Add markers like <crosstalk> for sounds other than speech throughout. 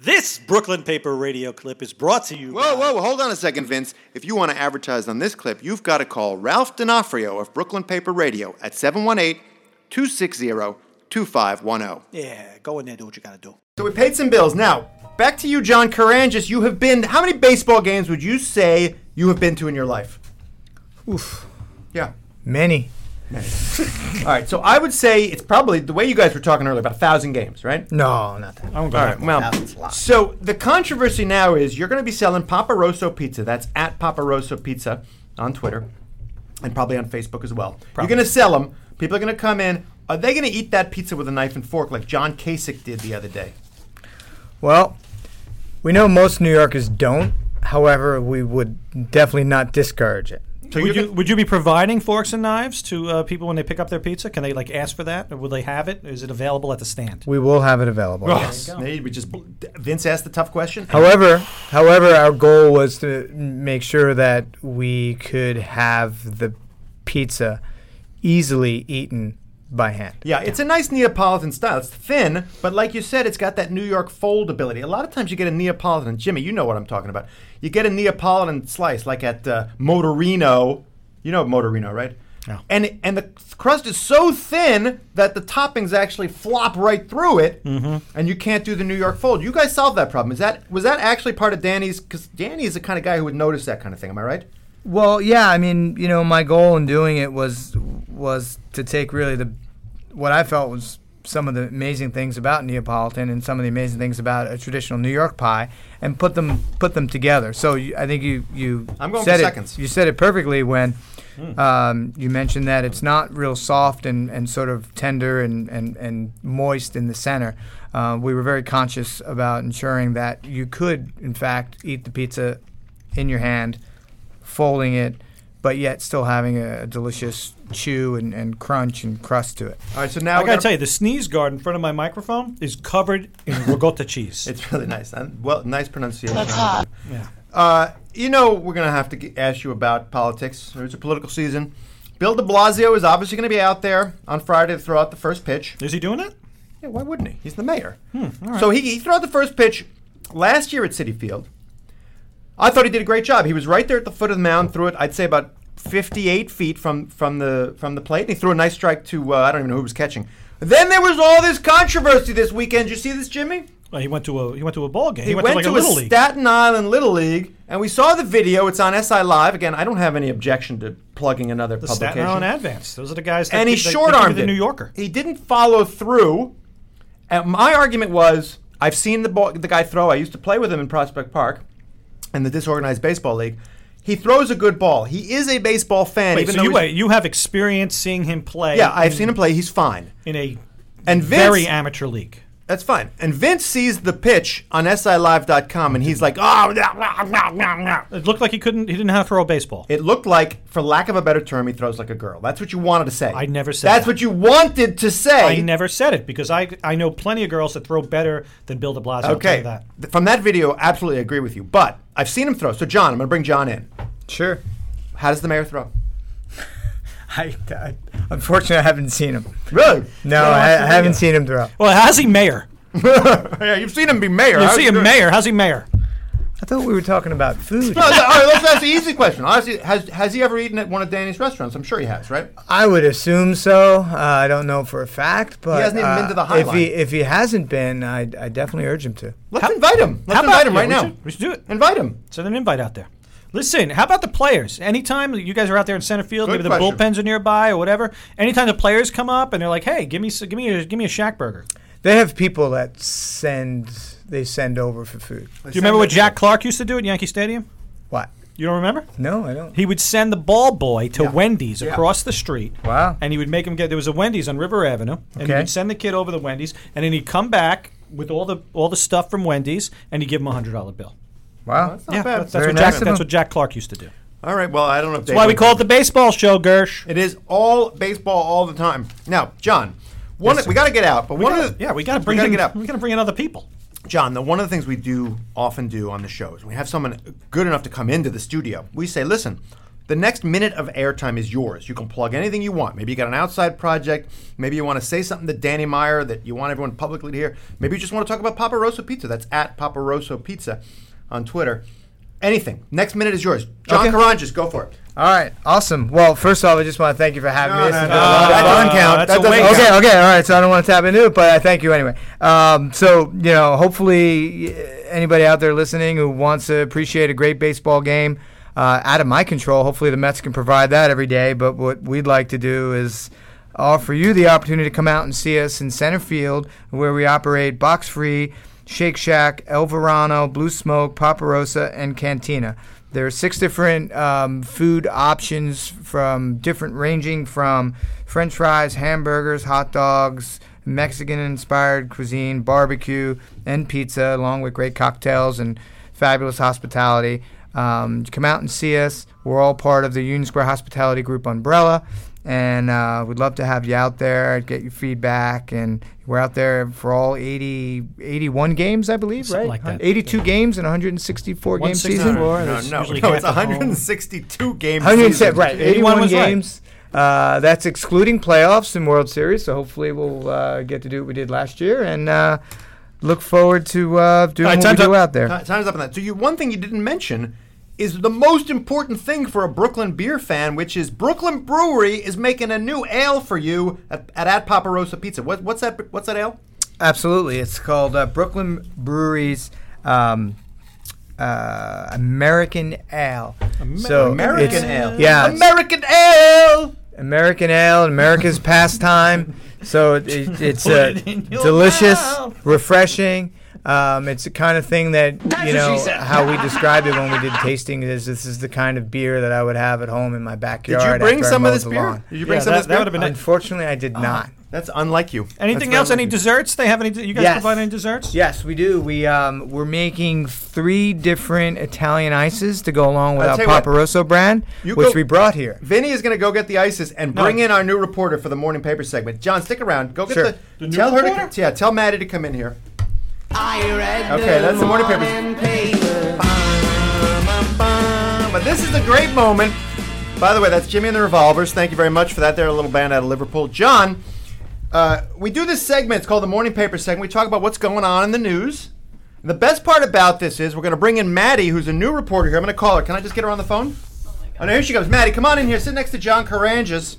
This Brooklyn Paper radio clip is brought to you. Whoa, by- whoa, hold on a second, Vince. If you want to advertise on this clip, you've got to call Ralph D'Onofrio of Brooklyn Paper Radio at 718 260 2510. Yeah, go in there, do what you gotta do. So we paid some bills. Now, back to you, John Karangis. You have been, how many baseball games would you say you have been to in your life? Oof. Yeah. Many. All right, so I would say it's probably the way you guys were talking earlier about a thousand games, right? No, not that. All right, well, so the controversy now is you're going to be selling Papa Rosso pizza. That's at Papa Rosso Pizza on Twitter and probably on Facebook as well. You're going to sell them. People are going to come in. Are they going to eat that pizza with a knife and fork like John Kasich did the other day? Well, we know most New Yorkers don't. However, we would definitely not discourage it. So Would you're you, would you be providing forks and knives to uh, people when they pick up their pizza? Can they like ask for that, or will they have it? Is it available at the stand? We will have it available. gonna- They- we just Vince asked the tough question. However, however, our goal was to make sure that we could have the pizza easily eaten by hand. Yeah, it's a nice Neapolitan style. It's thin, but like you said, it's got that New York fold ability. A lot of times you get a Neapolitan, Jimmy, you know what I'm talking about. You get a Neapolitan slice, like at uh, Motorino. You know Motorino, right? No. And and the crust is so thin that the toppings actually flop right through it, Mm-hmm. and you can't do the New York fold. You guys solved that problem. Is that was that actually part of Danny's? Because Danny is the kind of guy who would notice that kind of thing. Am I right? Well, yeah, I mean, you know, my goal in doing it was was to take really the what I felt was some of the amazing things about Neapolitan and some of the amazing things about a traditional New York pie and put them put them together. So you, I think you you I'm going for said it, seconds. Hmm. You said it perfectly when um, you mentioned that it's not real soft and, and sort of tender and, and, and moist in the center. Uh, we were very conscious about ensuring that you could, in fact, eat the pizza in your hand folding it, but yet still having a delicious chew and, and crunch and crust to it. All right. So now I we're gotta gonna- tell you, the sneeze guard in front of my microphone is covered <laughs> in ricotta cheese. It's really nice. And, well, nice pronunciation. That's hot. Yeah. Uh, you know, we're going to have to g- ask you about politics. It's a political season. Bill de Blasio is obviously going to be out there on Friday to throw out the first pitch. Is he doing it? Yeah, why wouldn't he? Hmm, He's the mayor. So he, he threw out the first pitch last year at City Field. I thought he did a great job. He was right there at the foot of the mound, threw it, I'd say, about 58 feet from, from, the, from the plate, and he threw a nice strike to, uh, I don't even know who was catching. Then there was all this controversy this weekend. Did you see this, Jimmy? Well, he went to a he went to a ball game. He, went, to like a little league. Staten Island Little League, and we saw the video. It's on SI Live. Again, I don't have any objection to plugging another the publication. Staten Island Advance. Those are the guys. That and he keep- they- they short give armed you the New Yorker. He didn't follow through. And my argument was, I've seen the ball, the guy throw. I used to play with him in Prospect Park, in the disorganized baseball league. He throws a good ball. He is a baseball fan, Wait, even so though you he's- wait, you have experience seeing him play? yeah, I've seen him play. He's fine. in a And Vince, very amateur league. That's fine. And Vince sees the pitch on SILive.com, and he's like, "Oh, no, no, no, no." It looked like he couldn't. He didn't know how to throw a baseball. It looked like, for lack of a better term, he throws like a girl. That's what you wanted to say. I never said That's that. what you wanted to say. I never said it because I I know plenty of girls that throw better than Bill De Blasio. I'll tell okay. you that. Th- From that video, absolutely agree with you. But I've seen him throw. So John, I'm going to bring John in. Sure. How does the mayor throw? I, I unfortunately I haven't <laughs> seen him. Really? No, I, I haven't seen him throw. Well, how's he mayor? yeah, you've seen him be mayor. You How's see he him doing? mayor. How's he mayor? I thought we were talking about food. No, no, all right, let's ask the easy question. Honestly, has, has he ever eaten at one of Danny's restaurants? I'm sure he has, right? I would assume so. Uh, I don't know for a fact, but hasn't even uh, been to the High if he Line. if he hasn't been, I I definitely urge him to. Let's invite him. Let's invite him yeah, right we now. Should, we should do it. Invite him. Send an invite out there. Listen, how about the players? Anytime you guys are out there in center field, Good maybe question. the bullpens are nearby or whatever. Anytime the players come up and they're like, "Hey, give me, s- give me, a, give me a Shack burger." They have people that send they send over for food. Do you remember what Jack Clark used to do at Yankee Stadium? What? You don't remember? No, I don't. He would send the ball boy to Wendy's across the street. Wow. And he would make him get there was a Wendy's on River Avenue, and he Okay. would send the kid over to Wendy's, and then he'd come back with all the all the stuff from Wendy's, and he'd give him a hundred dollar bill. Wow. Not yeah, bad. that's, that's Very what nice Jack, of that's him. what Jack Clark used to do. All right. Well, I don't know if That's why we call it the baseball show, Gersh. It is all baseball all the time. Now, John, one we got to get out, but one gotta- of the yeah, we got to bring gotta in, get out. <laughs> We got to bring in other people. John, the one of the things we do often do on the show is we have someone good enough to come into the studio. We say, listen, The next minute of airtime is yours. You can plug anything you want. Maybe you got an outside project. Maybe you want to say something to Danny Meyer that you want everyone publicly to hear. Maybe you just want to talk about Papa Rosso Pizza. That's at Papa Rosso Pizza on Twitter. Anything. Next minute is yours. John Okay. Karanges, go for it. All right, awesome. Well, first off, I just want to thank you for having No, me. This no, has no, been a lot of that fun. doesn't count. that's that a doesn't wink. count. Okay, okay, all right. So I don't want to tap into it, but I thank you anyway. Um, so you know, hopefully, uh, anybody out there listening who wants to appreciate a great baseball game, uh, out of my control. Hopefully, the Mets can provide that every day. But what we'd like to do is offer you the opportunity to come out and see us in center field, where we operate box free. Shake Shack, El Verano, Blue Smoke, Paparosa, and Cantina. There are six different um, food options from different ranging from French fries, hamburgers, hot dogs, Mexican-inspired cuisine, barbecue, and pizza, along with great cocktails and fabulous hospitality. Um, come out and see us. We're all part of the Union Square Hospitality Group umbrella, and uh, we'd love to have you out there, get your feedback, and we're out there for all 80, 81 games, I believe, Something right? like that. 82 games in 164 game season. 164. Four, No, that's no, usually no, half it's the whole- 162 games. 107, right? 81 81 was right. games. Uh, that's excluding playoffs and World Series. So hopefully we'll uh, get to do what we did last year and uh, look forward to uh, doing All right, what we time's do up. out there. Ti- Time's up on that. So you one thing you didn't mention is the most important thing for a Brooklyn beer fan, which is Brooklyn Brewery is making a new ale for you at at, at Papa Rosa Pizza. What, what's that? What's that ale? Absolutely. It's called uh, Brooklyn Breweries um, uh, American Ale. so American Oh, it's- ale. Yeah. it's- American ale. American ale, <laughs> and America's pastime. So it, it- it's Put uh, it in your delicious, mouth. refreshing. Um, it's the kind of thing that you know <laughs> how we described it when we did tasting. Is this is the kind of beer that I would have at home in my Did backyard? you bring after I some of mowed this the beer? Oh. lawn. Did you bring Yeah, some that- of that this would've beer? been- Unfortunately, I did not. That's unlike you. Anything That's else? what Any I'm desserts? They have any? You guys Yes. provide any desserts? Yes, we do. We um, we're making three different Italian ices to go along with I'll our tell you what. Paparoso brand, You which go- we brought here. Vinny is going to go get the ices and No. bring in our new reporter for the morning paper segment. John, stick around. Go get Sure. the, The new tell her to reporter? co- yeah, tell Maddie to come in here. I read Okay, that's the morning papers. paper. But this is a great moment. By the way, that's Jimmy and the Revolvers. Thank you very much for that. They're a little band out of Liverpool. John, uh, we do this segment. It's called the Morning Paper segment. We talk about what's going on in the news. The best part about this is we're going to bring in Maddie, who's a new reporter here. I'm going to call her. Can I just get her on the phone? Oh, no, here she comes. Maddie, come on in here. Sit next to John Karanges.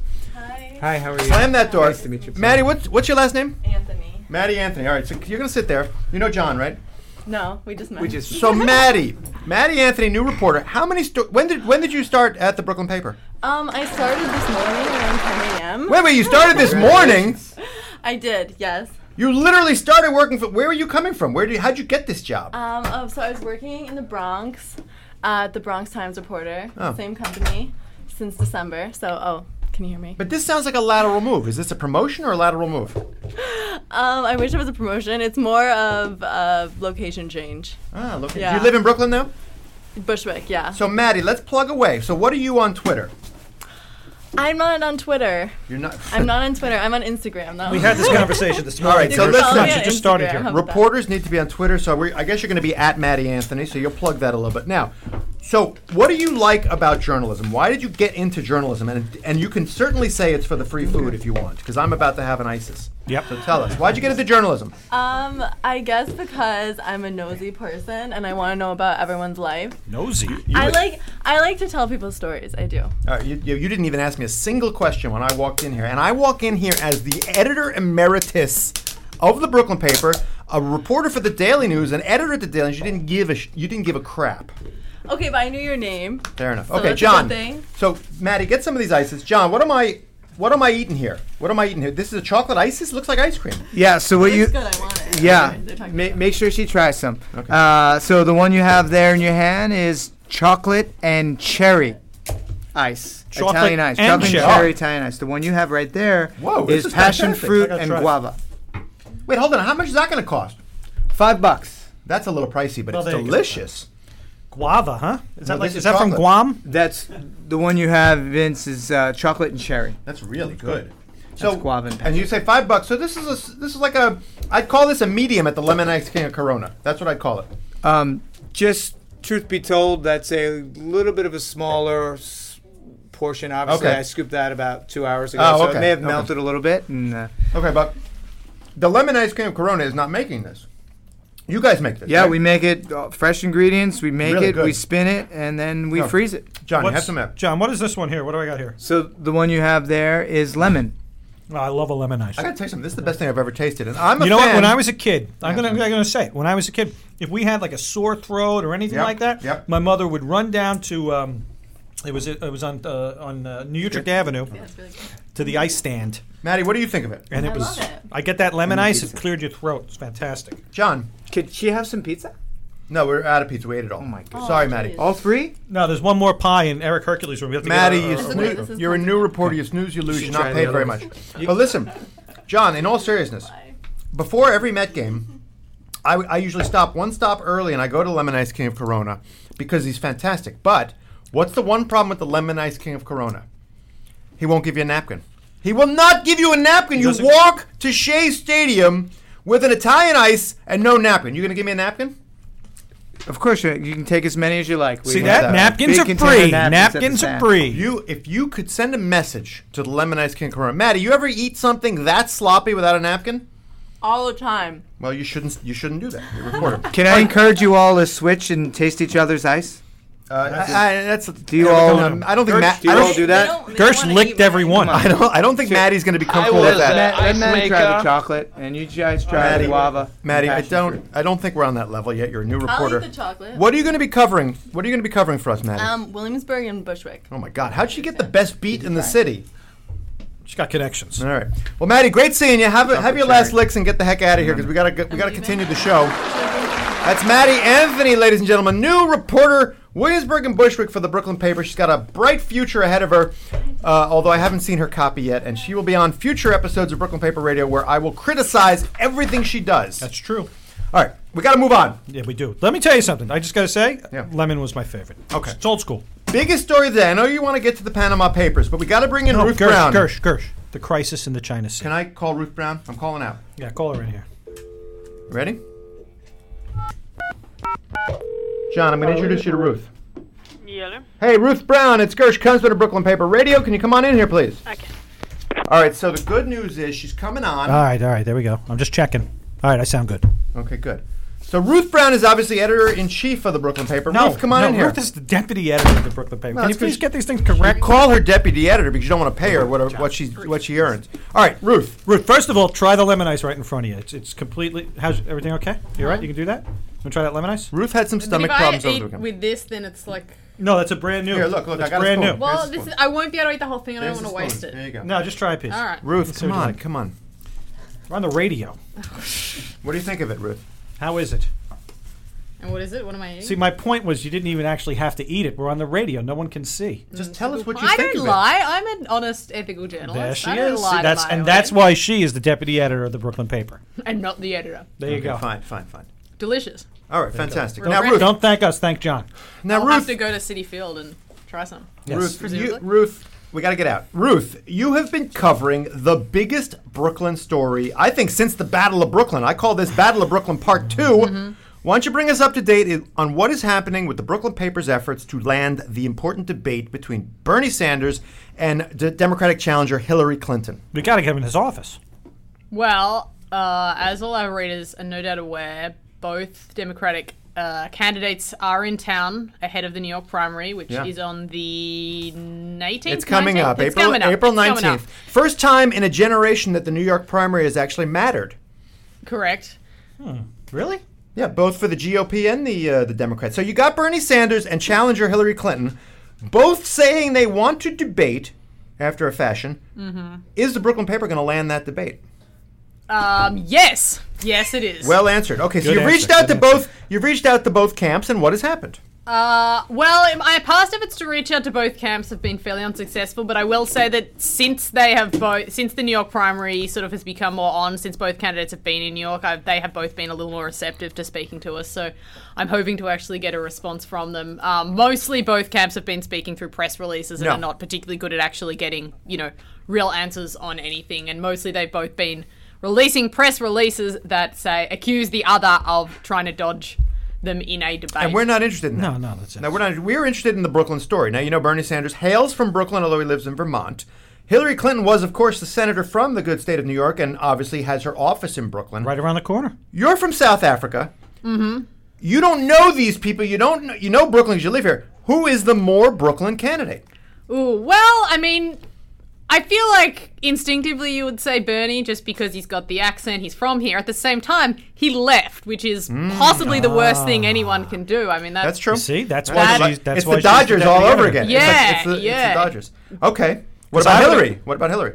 Hi, how are you? Slam that door. Nice to meet you. Maddie, what's, what's your last name? Anthony. Maddie Anthony. All right, so you're going to sit there. You know John, right? No, we just met. We just So Maddie, Maddie Anthony, new reporter. How many? Sto- when did when did you start at the Brooklyn Paper? um, I started this morning around 10 a.m. Wait, wait. You started this morning. I did, yes. You literally started working for. Where were you coming from? Where did you, how'd you get this job? Um, oh, so I was working in the Bronx, uh, at the Bronx Times Reporter, Oh. same company, since December. So, oh, can you hear me? but this sounds like a lateral move. Is this a promotion or a lateral move? Um, I wish it was a promotion. It's more of a location change. Ah, look. Yeah. You live in Brooklyn now. Bushwick, yeah. So Maddie, let's plug away. So what are you on Twitter? I'm not on Twitter. You're not. I'm not on Twitter. I'm on Instagram. That We was- had this conversation this All morning. right, so You let's just- not- you just started Instagram, here. huh? Reporters need to be on Twitter, so we, I guess you're going to be at Maddie Anthony, so you'll plug that a little bit. Now, so what do you like about journalism? Why did you get into journalism? And, and you can certainly say it's for the free food if you want, because I'm about to have an ISIS. Yep. So tell us, why'd you get into journalism? Um, I guess because I'm a nosy person and I want to know about everyone's life. Nosy. I like I like to tell people stories. I do. All right, you, you, you didn't even ask me a single question when I walked in here, and I walk in here as the editor emeritus of the Brooklyn paper, a reporter for the Daily News, an editor at the Daily News. You didn't give a sh- you didn't give a crap. Okay, but I knew your name. Fair enough. So okay, that's a good John. thing. So, Maddie, get some of these ices. John, what am I? What am I eating here? What am I eating here? This is a chocolate ices. Looks like ice cream. Yeah. So what you? It's good. I want it. Yeah. They're talking Ma- about make sure she tries some. Okay. Uh, so the one you have there in your hand is chocolate and cherry ice. Chocolate Italian ice. and chocolate cherry. and cherry Italian ice. The one you have right there is Whoa, this is passion fantastic. I fruit gotta and try it. guava. Wait, hold on. How much is that going to cost? Five bucks. That's a little pricey, but Well, it's there you go. delicious. guava, huh? Is that No, like this is is that from chocolate. Guam? That's the one you have, Vince, is uh, chocolate and cherry. That's really good. So, guava and and you say five bucks. So this is a, s- this is like a I'd call this a medium at the Lemon Ice King of Corona. That's what I'd call it. Um, just truth be told, that's a little bit of a smaller, s- portion. Obviously, Okay. I scooped that about two hours ago, Oh, so okay. it may have Okay. melted a little bit. And uh, Okay, but the lemon ice cream Corona is not making this. You guys make this. yeah, right? we make it uh, fresh ingredients. We make Really it, we good. spin it, and then we No. freeze it. John, you What's- have some apple. John, what is this one here? What do I got here? So the one you have there is lemon. Oh, I love a lemon ice. I gotta tell you something. This is the best thing I've ever tasted, and I'm a You know what? fan- When I was a kid, I'm gonna I'm gonna say it. when I was a kid, if we had like a sore throat or anything Yep, like that, yep. my mother would run down to um, it was it was on uh, on uh, New Utrecht Avenue That's really good. to the ice stand, Maddie, what do you think of it? and it I was love it. I get that lemon And the ice. It pizza. cleared your throat. It's fantastic. John, Could she have some pizza? no, we're out of pizza. We ate it all. Oh my goodness. Sorry, Oh, Maddie. geez. All three? No, there's one more pie in Eric Hercules' room. We have to uh, get Maddie, a- you a- is a- okay, this snoo- is you're a fine. new reporter. You snooze, you lose. You're should try not the paid other very ones. much. But listen, John, in all seriousness, before every Met game, I, I usually stop one stop early and I go to Lemon Ice King of Corona because he's fantastic. But what's the one problem with the Lemon Ice King of Corona? He won't give you a napkin. He will not give you a napkin. You doesn't- walk to Shea Stadium with an Italian ice and no napkin. You gonna give me a napkin? Of course, uh, you, you can take as many as you like. We See have that? that. Napkins Big are container free. napkins at the Napkins are stand. free. You, if you could send a message to the Lemon Ice King of Corona, Maddie, you ever eat something that sloppy without a napkin? All the time. Well, you shouldn't. You shouldn't do that. You're a reporter. Can I encourage you all to switch and taste each other's ice? Uh, I, I, that's. Do you all- I don't think. Gertz, Matt, do you I all don't, do that? Gersh licked every one. <laughs> I don't. I don't think Maddie's going to become cool with was, that. uh, Matt, let ice Matt try the maker. chocolate, and you guys try Maddie, the guava. Maddie, I Passion fruit. don't. I don't think we're on that level yet. You're a new I'll reporter. eat the chocolate. What are you going to be covering? What are you going to be covering for us, Maddie? Um, Williamsburg and Bushwick. oh my God! How'd she get the best beat in the city? She's got connections. All right. Well, Maddie, great seeing you. Have a, have your last cherry. licks and get the heck out of here because we gotta go- we gotta leaving. continue the show. That's Maddie Anthony, ladies and gentlemen, new reporter, Williamsburg and Bushwick for the Brooklyn paper. She's got a bright future ahead of her, uh, although I haven't seen her copy yet, and she will be on future episodes of Brooklyn Paper Radio where I will criticize everything she does. That's true. All right, we gotta move on. Yeah, we do. Let me tell you something. I just got to say, Yeah. lemon was my favorite. Okay. It's old school. Biggest story today. I know you want to get to the Panama Papers, but we gotta bring in No, Ruth Oh, Gersh, Brown. Gersh, Gersh. The crisis in the China Sea. Can I call Ruth Brown? I'm calling out. yeah, call her in here. Ready? John, I'm going to introduce you to Ruth. Hello. Hey, Ruth Brown, it's Gersh Kunzman of Brooklyn Paper Radio. Can you come on in here, please? Okay. All right, so the good news is she's coming on. All right, all right. There we go. I'm just checking. All right, I sound good. okay, good. So Ruth Brown is obviously editor in chief of the Brooklyn Paper. Ruth, come on no, in here. Ruth is the deputy editor of the Brooklyn paper. Can you that's 'cause please get these things You correct? call her deputy editor because you don't want to pay her what, what she what she earns. All right, Ruth. Ruth, first of all, try the lemon ice right in front of you. It's, it's completely. How's everything okay? You all right? You can do that? You want to try that lemon ice? Ruth had some But stomach if I problems over the ate weekend. with this, then it's like. No, that's a brand new. Here, look, look, I That's got a brand spoon. new. Here's Well, the this spoon. is. I won't be able to eat the whole thing, and I There's don't the want to waste spoon. There you it. go. No, just try a piece. All right. Ruth, Let's see come what you on, like. come on. We're on the radio. What do you think of it, Ruth? How is it? And what is it? What am I eating? See, my point was you didn't even actually have to eat it. We're on the radio. No one can see. Just tell us what you Mm. I think don't of it. lie. I'm an honest, ethical journalist. There she I don't is. lie. to that's my and own. that's why she is the deputy editor of the Brooklyn paper. I'm not the editor. There you Okay, go. Fine, fine, fine. Delicious. All right, fantastic. Real Now, quick. Ruth. Don't thank us, thank John. Now, I'll Ruth. have to go to City Field and try some. Yes. Ruth, you, Presumably. Ruth, we got to get out. Ruth, you have been covering the biggest Brooklyn story, I think, since the Battle of Brooklyn. I call this Battle of Brooklyn Part 2. Mm-hmm. Why don't you bring us up to date i- on what is happening with the Brooklyn Paper's efforts to land the important debate between Bernie Sanders and D- Democratic challenger Hillary Clinton? We got to get him in his office. Well, uh, as all our readers are no doubt aware, both Democratic uh, candidates are in town ahead of the New York primary, which Yeah. is on the 18th. It's coming 19th? up, It's April coming up. April It's coming up. 19th. First time in a generation that the New York primary has actually mattered. Correct. Really? Yeah, both for the GOP and the uh, the Democrats. So you got Bernie Sanders and challenger Hillary Clinton, both saying they want to debate after a fashion. Is the Brooklyn paper going to land that debate? Um, yes, yes, it is. Well answered. Okay, so Good you've answer, reached out to good both. You've reached out to both camps, and what has happened? Uh, well, my past efforts to reach out to both camps have been fairly unsuccessful, but I will say that since they have both, since the New York primary sort of has become more on, since both candidates have been in New York, I've, they have both been a little more receptive to speaking to us. So I'm hoping to actually get a response from them. Um, mostly, both camps have been speaking through press releases and No. are not particularly good at actually getting, you know, real answers on anything. And mostly, they've both been releasing press releases that say accuse the other of trying to dodge them in a debate. And we're not interested in that. No, no, that's it. Now we're not. We're interested in the Brooklyn story. Now you know Bernie Sanders hails from Brooklyn, although he lives in Vermont. Hillary Clinton was, of course, the senator from the good state of New York, and obviously has her office in Brooklyn. right around the corner. You're from South Africa. Mm-hmm. You don't know these people. You don't. Know, you know Brooklyn because you live here. Who is the more Brooklyn candidate? Ooh, well, I mean, I feel like instinctively you would say Bernie just because he's got the accent, he's from here. At the same time, he left, which is possibly the worst thing anyone can do. I mean, that's, Hmm. Ah. That's true. See, that's why That's she's, that's it's why the she's Dodgers all deputy over editor. again. It's Yeah, like- it's the- it's the yeah. Dodgers. Okay. What I about would- Hillary? What about Hillary?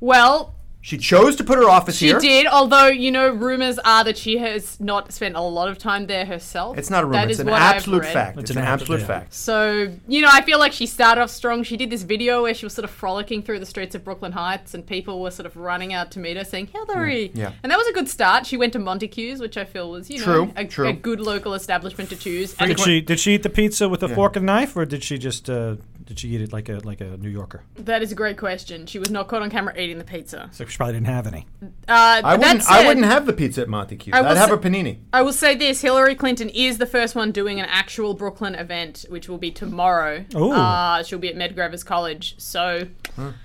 Well, She chose to put her office she here. did, although, you know, rumors are that she has not spent a lot of time there herself. It's not a rumor. That it's is an what I've absolute read. fact. It's It's, an an, abs- absolute yeah. fact. So, you know, I feel like she started off strong. She did this video where she was sort of frolicking through the streets of Brooklyn Heights and people were sort of running out to meet her saying, Hillary. yeah. And that was a good start. She went to Montague's, which I feel was, you know, True, a, true. a good local establishment to choose. Did And she did she eat the pizza with a fork and knife, or did she just uh, did she eat it like a like a New Yorker? that is a great question. She was not caught on camera eating the pizza. So she probably didn't have any. Uh, I that wouldn't. said- I wouldn't have the pizza at Montague. I I'd will have say- a panini. I will say this: Hillary Clinton is the first one doing an actual Brooklyn event, which will be tomorrow. Ooh. Uh, she'll be at Medgravers College, so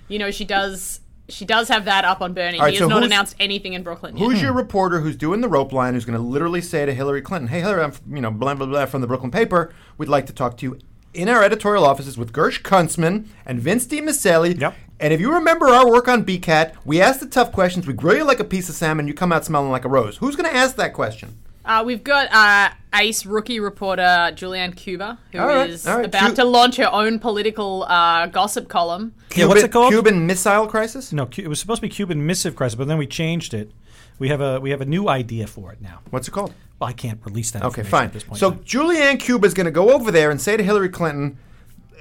you know she does. She does have that up on Bernie. right, he Hmm. has so not who's- announced anything in Brooklyn yet. Hmm. Who's your reporter who's doing the rope line who's going to literally say to Hillary Clinton, "Hey Hillary, I'm f- you know blah blah blah from the Brooklyn paper. We'd like to talk to you in our editorial offices with Gersh Kunstman and Vince DiMaselli. Yep. And if you remember our work on BCAT, we ask the tough questions. We grill you like a piece of salmon. You come out smelling like a rose. Who's going to ask that question? Uh, we've got uh, ace rookie reporter Julianne Cuba, who is All right, all right, about Cu- to launch her own political uh, gossip column. yeah, what's it called? Cuban Missile Crisis. No, Cu- it was supposed to be Cuban missive crisis, but then we changed it. We have a we have a new idea for it now. What's it called? Well, I can't release that. Okay, information fine. At this point, so in time. Julianne Cuba's going to go over there and say to Hillary Clinton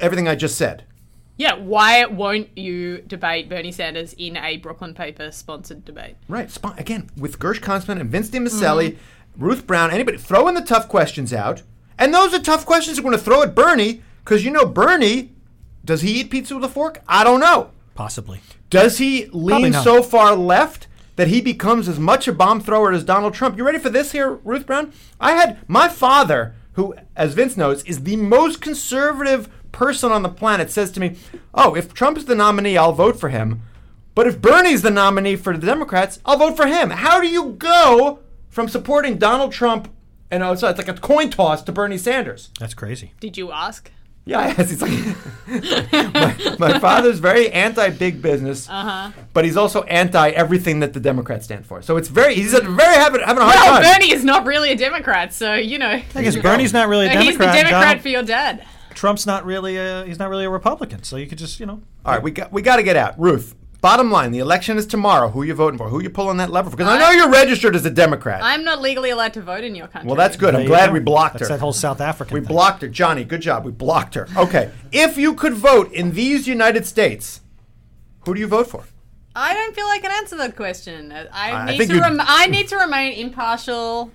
everything I just said. Yeah, why won't you debate Bernie Sanders in a Brooklyn paper sponsored debate? Right. Spot, again, with Gersh Consman and Vince DiMaselli, Ruth Brown, anybody, throw in the tough questions out. And those are tough questions you're going to throw at Bernie because you know Bernie, does he eat pizza with a fork? I don't know. possibly. Does he lean not. so far left that he becomes as much a bomb thrower as Donald Trump? You ready for this here, Ruth Brown? I had my father, who, as Vince knows, is the most conservative person on the planet, says to me, Oh, if Trump's the nominee, I'll vote for him. But if Bernie's the nominee for the Democrats, I'll vote for him. How do you go from supporting Donald Trump and oh, so it's like a coin toss to Bernie Sanders? That's crazy. Did you ask? Yeah, <laughs> yes. He's like, <laughs> my, my father's very anti big business, but he's also anti everything that the Democrats stand for. So it's very, he's a very having, having a hard Well, time. Bernie is not really a Democrat, so you know. I guess Bernie's not really a Democrat. He's the Democrat Donald for your dad. Trump's not really a he's not really a Republican. So you could just you know. All right, we got, we got to get out. Ruth, bottom line the election is tomorrow. Who you voting for? Who you pulling that lever for? Because I know you're registered as a Democrat. I'm not legally allowed to vote in your country. well, that's good. There I'm you glad go. we blocked That's her. that whole South African. we thing. blocked her. Johnny, good job. We blocked her. Okay. if you could vote in these United States, who do you vote for? I don't feel I can answer that question. I- I I need think to. you- Rem- I need to remain impartial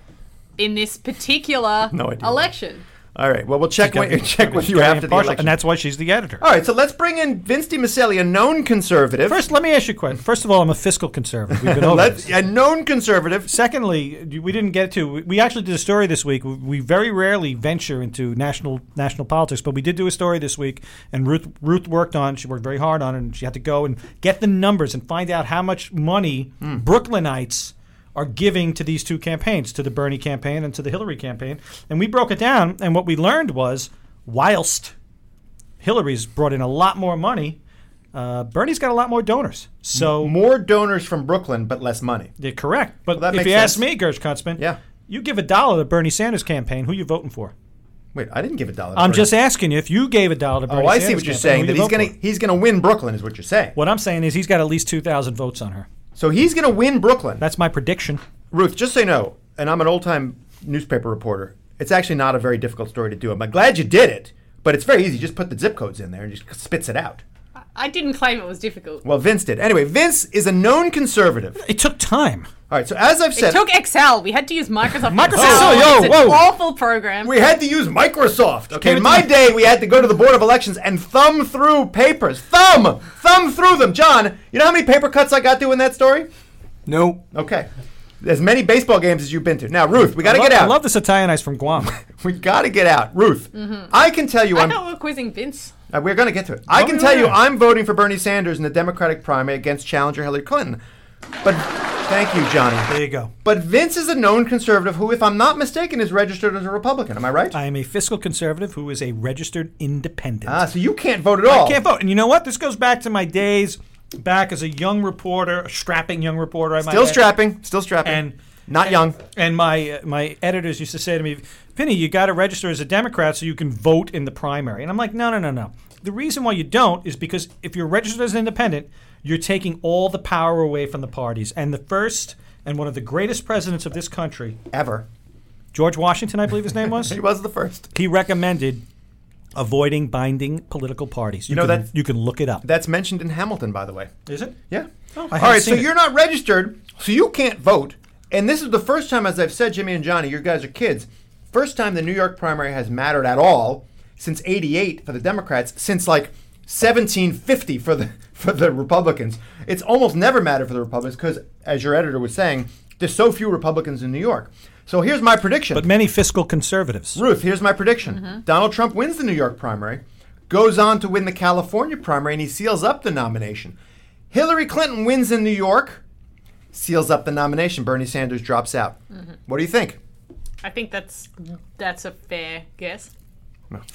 in this Uh, particular No idea. election. All right. Well, we'll check, Gotta when, be- check gotta with be you after the impartial, election. and that's why she's the <laughs> editor. All right, so let's bring in Vince DiMaselli, a known conservative. First, let me ask you a question. First of all, I'm a fiscal conservative. <laughs> We've been over Let's- this. a known conservative. Secondly, we didn't get to. We actually did a story this week. We very rarely venture into national national politics, but we did do a story this week, and Ruth Ruth worked on. She worked very hard on it, and she had to go and get the numbers and find out how much money Brooklynites are giving to these two campaigns, to the Bernie campaign and to the Hillary campaign. And we broke it down, and what we learned was whilst Hillary's brought in a lot more money, uh, Bernie's got a lot more donors. So More donors from Brooklyn, but less money. they're correct. But that if makes you sense. ask me, Gersh Kuntzman, Yeah. you give a dollar to Bernie Sanders campaign, who you voting for? Wait, I didn't give a dollar. to I'm Bernie. just asking you if you gave a dollar to Bernie Oh, I Sanders see what you're campaign, saying. who That you he's vote gonna for? he's gonna win Brooklyn is what you're saying. What I'm saying is he's got at least 2,000 votes on her. So he's gonna win Brooklyn. That's my prediction. Ruth, just say no. And I'm an old time newspaper reporter. It's actually not a very difficult story to do. I'm glad you did it, but it's very easy. Just put the zip codes in there and just spits it out. I didn't claim it was difficult. Well, Vince did. Anyway, Vince is a known conservative. It took time. All right. So as I've said, It took Excel. We had to use Microsoft. Microsoft- Excel. Oh, yo, it's whoa. an awful program. We had to use Microsoft. Okay, in it to my me. day, we had to go to the Board of Elections and thumb through papers. Thumb! Thumb through them. John, you know how many paper cuts I got doing that story? Nope. Okay. as many baseball games as you've been to. Now, Ruth, we got to I get love- out. I love the Satyanized <laughs> from Guam. We got to get out. Ruth, I can tell you I I'm. thought we were quizzing Vince. Uh, we're going to get to it. I Oh, can yeah, tell you yeah. I'm voting for Bernie Sanders in the Democratic primary against challenger Hillary Clinton. But thank you, Johnny. there you go. But Vince is a known conservative who, if I'm not mistaken, is registered as a Republican. Am I right? I am a fiscal conservative who is a registered independent. ah, so you can't vote at all. I can't vote. And you know what? This goes back to my days back as a young reporter, a strapping young reporter. I might Still add. strapping. Still strapping. And- not and- young. And my uh, my editors used to say to me, "Vinny, you got to register as a Democrat so you can vote in the primary." And I'm like, "No, no, no, no. The reason why you don't is because if you're registered as an independent, you're taking all the power away from the parties. And the first and one of the greatest presidents of this country, Ever. George Washington, I believe his <laughs> name was, He was the first. he recommended avoiding binding political parties. You, know, can, that's- you can look it up. That's mentioned in Hamilton, by the way. Is it? Yeah. Oh, I All haven't right, so seen it. you're not registered, so you can't vote. And this is the first time, as I've said, Jimmy and Johnny, you guys are kids. First time the New York primary has mattered at all since '88 for the Democrats, since like 1750 for the <laughs> for the Republicans. It's almost never mattered for the Republicans because, as your editor was saying, there's so few Republicans in New York. So here's my prediction. But many fiscal conservatives. Ruth, here's my prediction. Donald Trump wins the New York primary, goes on to win the California primary, and he seals up the nomination. Hillary Clinton wins in New York, seals up the nomination. Bernie Sanders drops out. What do you think? I think that's that's a fair guess.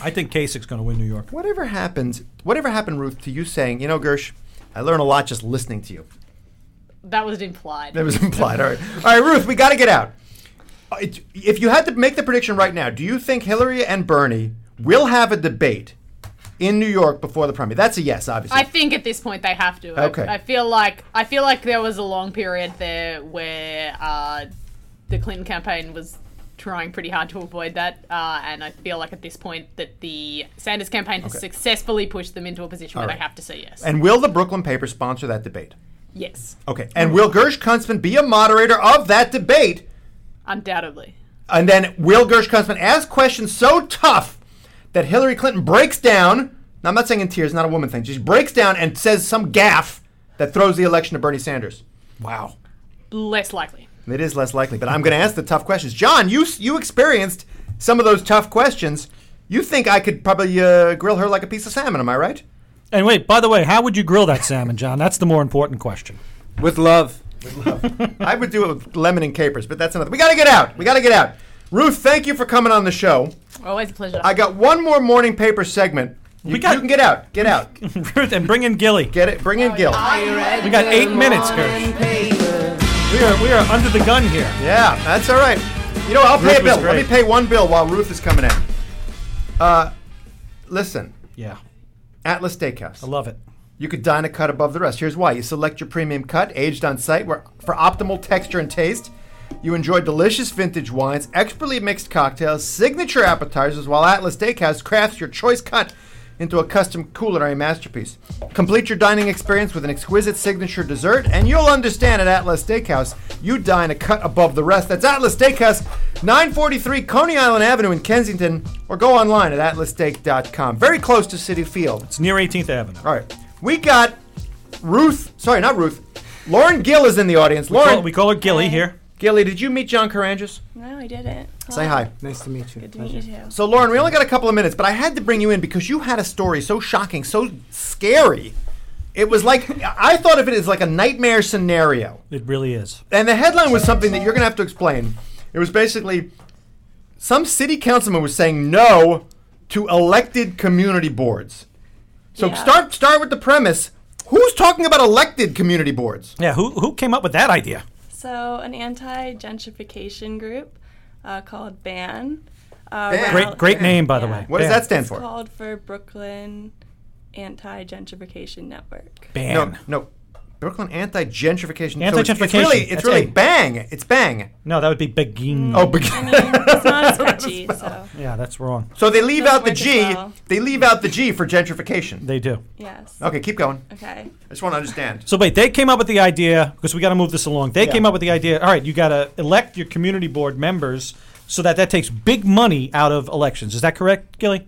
I think Kasich's going to win New York. Whatever happens, whatever happened, Ruth, to you saying, you know, Gersh, I learn a lot just listening to you. <laughs> That was implied. That was implied. All right, all right, Ruth, we got to get out. Uh, it- If you had to make the prediction right now, do you think Hillary and Bernie will have a debate in New York before the primary? That's a yes, obviously. I think at this point they have to. I- Okay. I, feel like I feel like there was a long period there where uh, the Clinton campaign was trying pretty hard to avoid that, uh, and I feel like at this point that the Sanders campaign has successfully pushed them into a position where right. they have to say yes. And will the Brooklyn paper sponsor that debate? yes, Okay. And will Gersh Kunstman be a moderator of that debate? undoubtedly. And then will Gersh Kunstman ask questions so tough that Hillary Clinton breaks down? Now, I'm not saying in tears, not a woman thing. She breaks down and says some gaff that throws the election to Bernie Sanders. Wow. Less likely. It is less likely, but I'm going to ask the tough questions. John, you s- you experienced some of those tough questions. You think I could probably uh, grill her like a piece of salmon? Am I right? And wait, by the way, how would you grill that salmon, John? That's the more important question. With love. I would do it with lemon and capers, but that's another. We got to get out. We got to get out. Ruth, thank you for coming on the show. Always a pleasure. I got one more morning paper segment. You, We got- you can get out. Get out. Ruth, and bring in Gilly. Get it. Bring in Gil. I read We got the eight minutes, morning paper. We are we are under the gun here. Yeah, that's all right. You know, I'll pay Ruth a was bill. Let me great. pay one bill while Ruth is coming in. Uh, listen, Yeah, Atlas Steakhouse. I love it. You could dine a cut above the rest. Here's why: you select your premium cut, aged on site, where for optimal texture and taste. You enjoy delicious vintage wines, expertly mixed cocktails, signature appetizers, while Atlas Steakhouse crafts your choice cut into a custom culinary masterpiece. Complete your dining experience with an exquisite signature dessert, and you'll understand at Atlas Steakhouse you dine a cut above the rest. That's Atlas Steakhouse, 943 Coney Island Avenue in Kensington, or go online at atlassteak.com. Very close to City Field. It's near 18th Avenue. All right. We got Ruth. Sorry, not Ruth. Lauren Gill is in the audience. We Lauren call, we call her Gilly here. Gilly, did you meet John Carangis? No, I didn't. Say hi. Nice to meet you. Good to meet you too. So, Lauren, we only got a couple of minutes, but I had to bring you in because you had a story so shocking, so scary. It was like, I thought of it as like a nightmare scenario. It really is. And the headline was something that you're going to have to explain. It was basically some city councilman was saying no to elected community boards. So Yeah. start start with the premise. Who's talking about elected community boards? Yeah, who who came up with that idea? So, an anti gentrification group uh, called BAN. Uh, Ban. ran- Great great name by the Yeah. way. What does Ban. that stand It's for? called for Brooklyn Anti <laughs> Gentrification Network. No, Ban. no. Brooklyn anti-gentrification. So it's, it's Anti-gentrification, really, it's that's really A. bang. It's bang. No, that would be Begin. Oh, but <laughs> I mean, it's not as catchy, so yeah, that's wrong. so they leave Doesn't out the work as G. well. They leave out the G for gentrification. They do. yes. Okay, keep going. Okay. I just want to understand. So wait, they came up with the idea because we got to move this along. They came up with the idea. All right, you got to elect your community board members so that that takes big money out of elections. Is that correct, Gilly?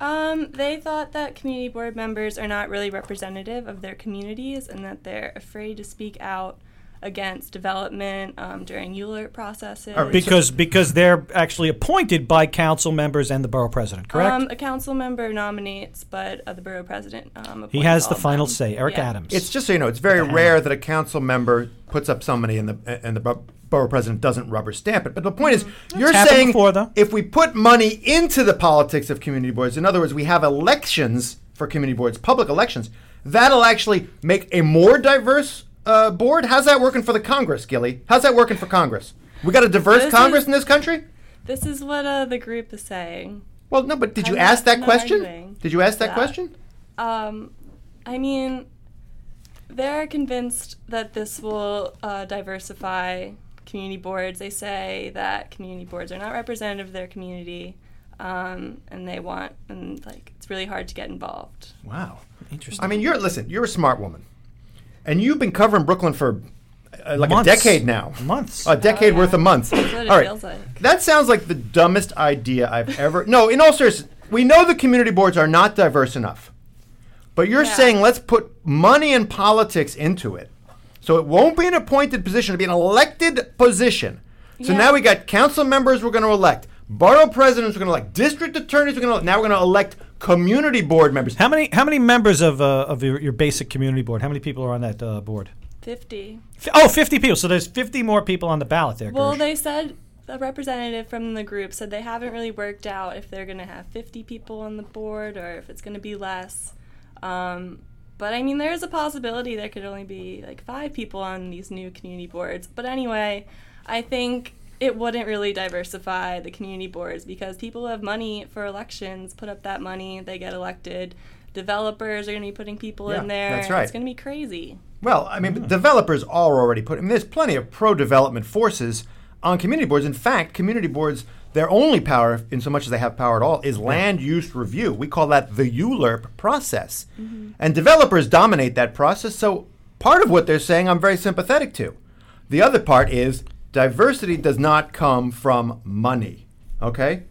Um, they thought that community board members are not really representative of their communities and that they're afraid to speak out against development um, during ULERT processes. All right. Because because they're actually appointed by council members and the borough president, correct? Um, a council member nominates, but uh, the borough president. Um, he appoints has the all of final them. say. Eric Yeah. Adams. It's just so you know, it's very rare that a council member puts up somebody and the and the bor- borough president doesn't rubber stamp it. But the point is, you're Mm. happened saying before, though. if we put money into the politics of community boards, in other words, we have elections for community boards, public elections, that'll actually make a more diverse uh, board. How's that working for the Congress, Gilly? How's that working for Congress? We got a diverse This Congress is- in this country? This is what uh, the group is saying. Well, no, but did you I'm ask not- that not question? arguing Did you ask that that. question? Um, I mean, they're convinced that this will uh, diversify community boards. They say that community boards are not representative of their community, um, and they want and like it's really hard to get involved. Wow. Interesting. I mean, you're listen, you're a smart woman. And you've been covering Brooklyn for uh, like Months. a decade now. months. A decade worth of months. Oh, That's what it All right. feels like. That sounds like the dumbest idea I've ever No, in all seriousness, we know the community boards are not diverse enough. But you're Yeah. saying let's put money and politics into it. So it won't be an appointed position, it'll be an elected position. So Yeah. now we got council members we're going to elect, borough presidents we're going to elect, district attorneys we're going to elect. Now we're going to elect community board members. how many how many members of uh, of your, your basic community board? How many people are on that uh, board? Fifty. F- oh, 50 people. So there's 50 more people on the ballot there. Well, Gersh. they said a representative from the group said they haven't really worked out if they're going to have 50 people on the board or if it's going to be less. Um, but I mean, there is a possibility there could only be like five people on these new community boards. But anyway, I think it wouldn't really diversify the community boards because people who have money for elections put up that money, they get elected. Developers are going to be putting people Yeah, in there. that's and right. It's going to be crazy. Well, I mean, but developers are already putting. I mean, there's plenty of pro-development forces on community boards. In fact, community boards, their only power, in so much as they have power at all, is land use review. We call that the ULERP process, and developers dominate that process. So part of what they're saying, I'm very sympathetic to. The other part is diversity does not come from money. Okay,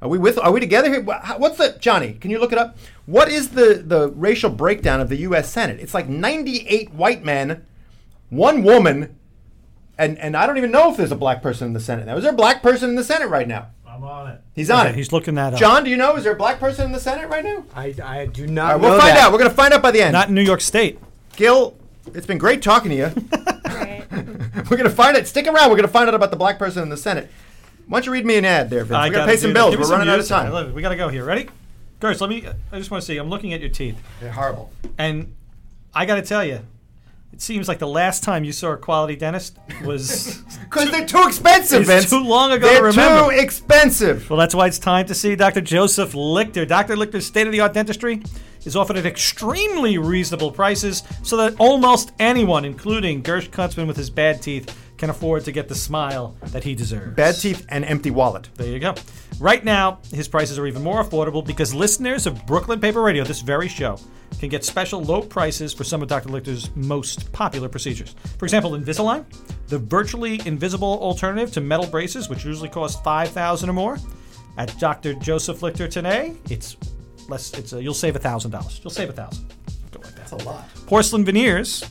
are we with? Are we together here? Wha- how- What's the Johnny? Can you look it up? What is the the racial breakdown of the U.S. Senate? It's like 98 white men, one woman, and and I don't even know if there's a black person in the Senate. Now, is there a black person in the Senate right now? I'm on it. He's on Okay, it. he's looking that up. John, do you know? Is there a black person in the Senate right now? I, I do All not. right, we'll know find that. out. We're gonna find out by the end. Not in New York State. Gil, it's been great talking <laughs> to you. <laughs> Right. we're gonna find out. Stick around. We're gonna find out about the black person in the Senate. Why don't you read me an ad there, Vince? I We're gonna gotta pay do some that. bills. Give me We're some running out of music. I time. love it. We got to go here. Ready? Gersh, let me. I just want to see. I'm looking at your teeth. They're horrible. And I got to tell you, it seems like the last time you saw a quality dentist was. <laughs> Because they're too expensive, It's Vince. too long ago to They're too remember. expensive. well, that's why it's time to see Dr. Joseph Lichter. Dr. Lichter's state of the art dentistry is offered at extremely reasonable prices so that almost anyone, including Gersh Kuntzman with his bad teeth, can afford to get the smile that he deserves. Bad teeth and empty wallet. There you go. Right now, his prices are even more affordable because listeners of Brooklyn Paper Radio, this very show, can get special low prices for some of Dr. Lichter's most popular procedures. For example, Invisalign, the virtually invisible alternative to metal braces, which usually cost five thousand or more. At Dr. Joseph Lichter today, it's less. It's a, you'll save thousand dollars. You'll save a thousand. Go like that. A lot. Porcelain veneers,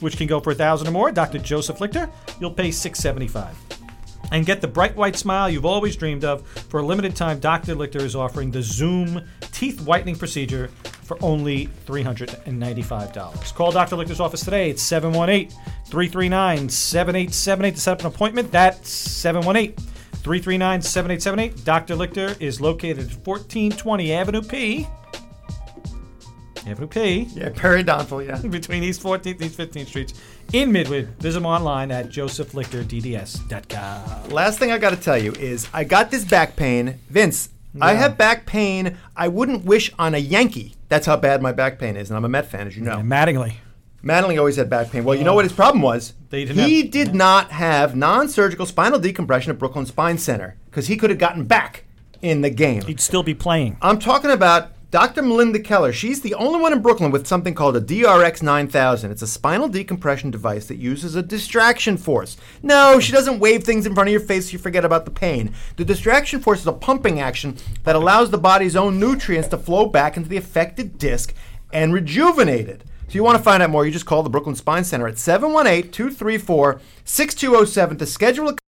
which can go for a thousand or more. Dr. Joseph Lichter, you'll pay six seventy-five and get the bright white smile you've always dreamed of. For a limited time, Dr. Lichter is offering the Zoom teeth whitening procedure for only $395. Call Dr. Lichter's office today. It's 718-339-7878 to set up an appointment. That's 718-339-7878. Dr. Lichter is located at 1420 Avenue P. Avenue P Yeah, periodontal, yeah. <laughs> between East 14th and East 15th Streets in Midwood. Visit him online at josephlichterdds.com. Last thing I got to tell you is I got this back pain. Vince, I have back pain I wouldn't wish on a Yankee. That's how bad my back pain is, and I'm a Met fan, as you know. Mattingly. Mattingly always had back pain. Well, you know what his problem was? They didn't he have- did not have non-surgical spinal decompression at Brooklyn Spine Center because he could have gotten back in the game. He'd still be playing. I'm talking about Dr. Melinda Keller. She's the only one in Brooklyn with something called a DRX 9000. It's a spinal decompression device that uses a distraction force. No, she doesn't wave things in front of your face so you forget about the pain. The distraction force is a pumping action that allows the body's own nutrients to flow back into the affected disc and rejuvenate it. So you want to find out more, you just call the Brooklyn Spine Center at 718 234 6207 to schedule a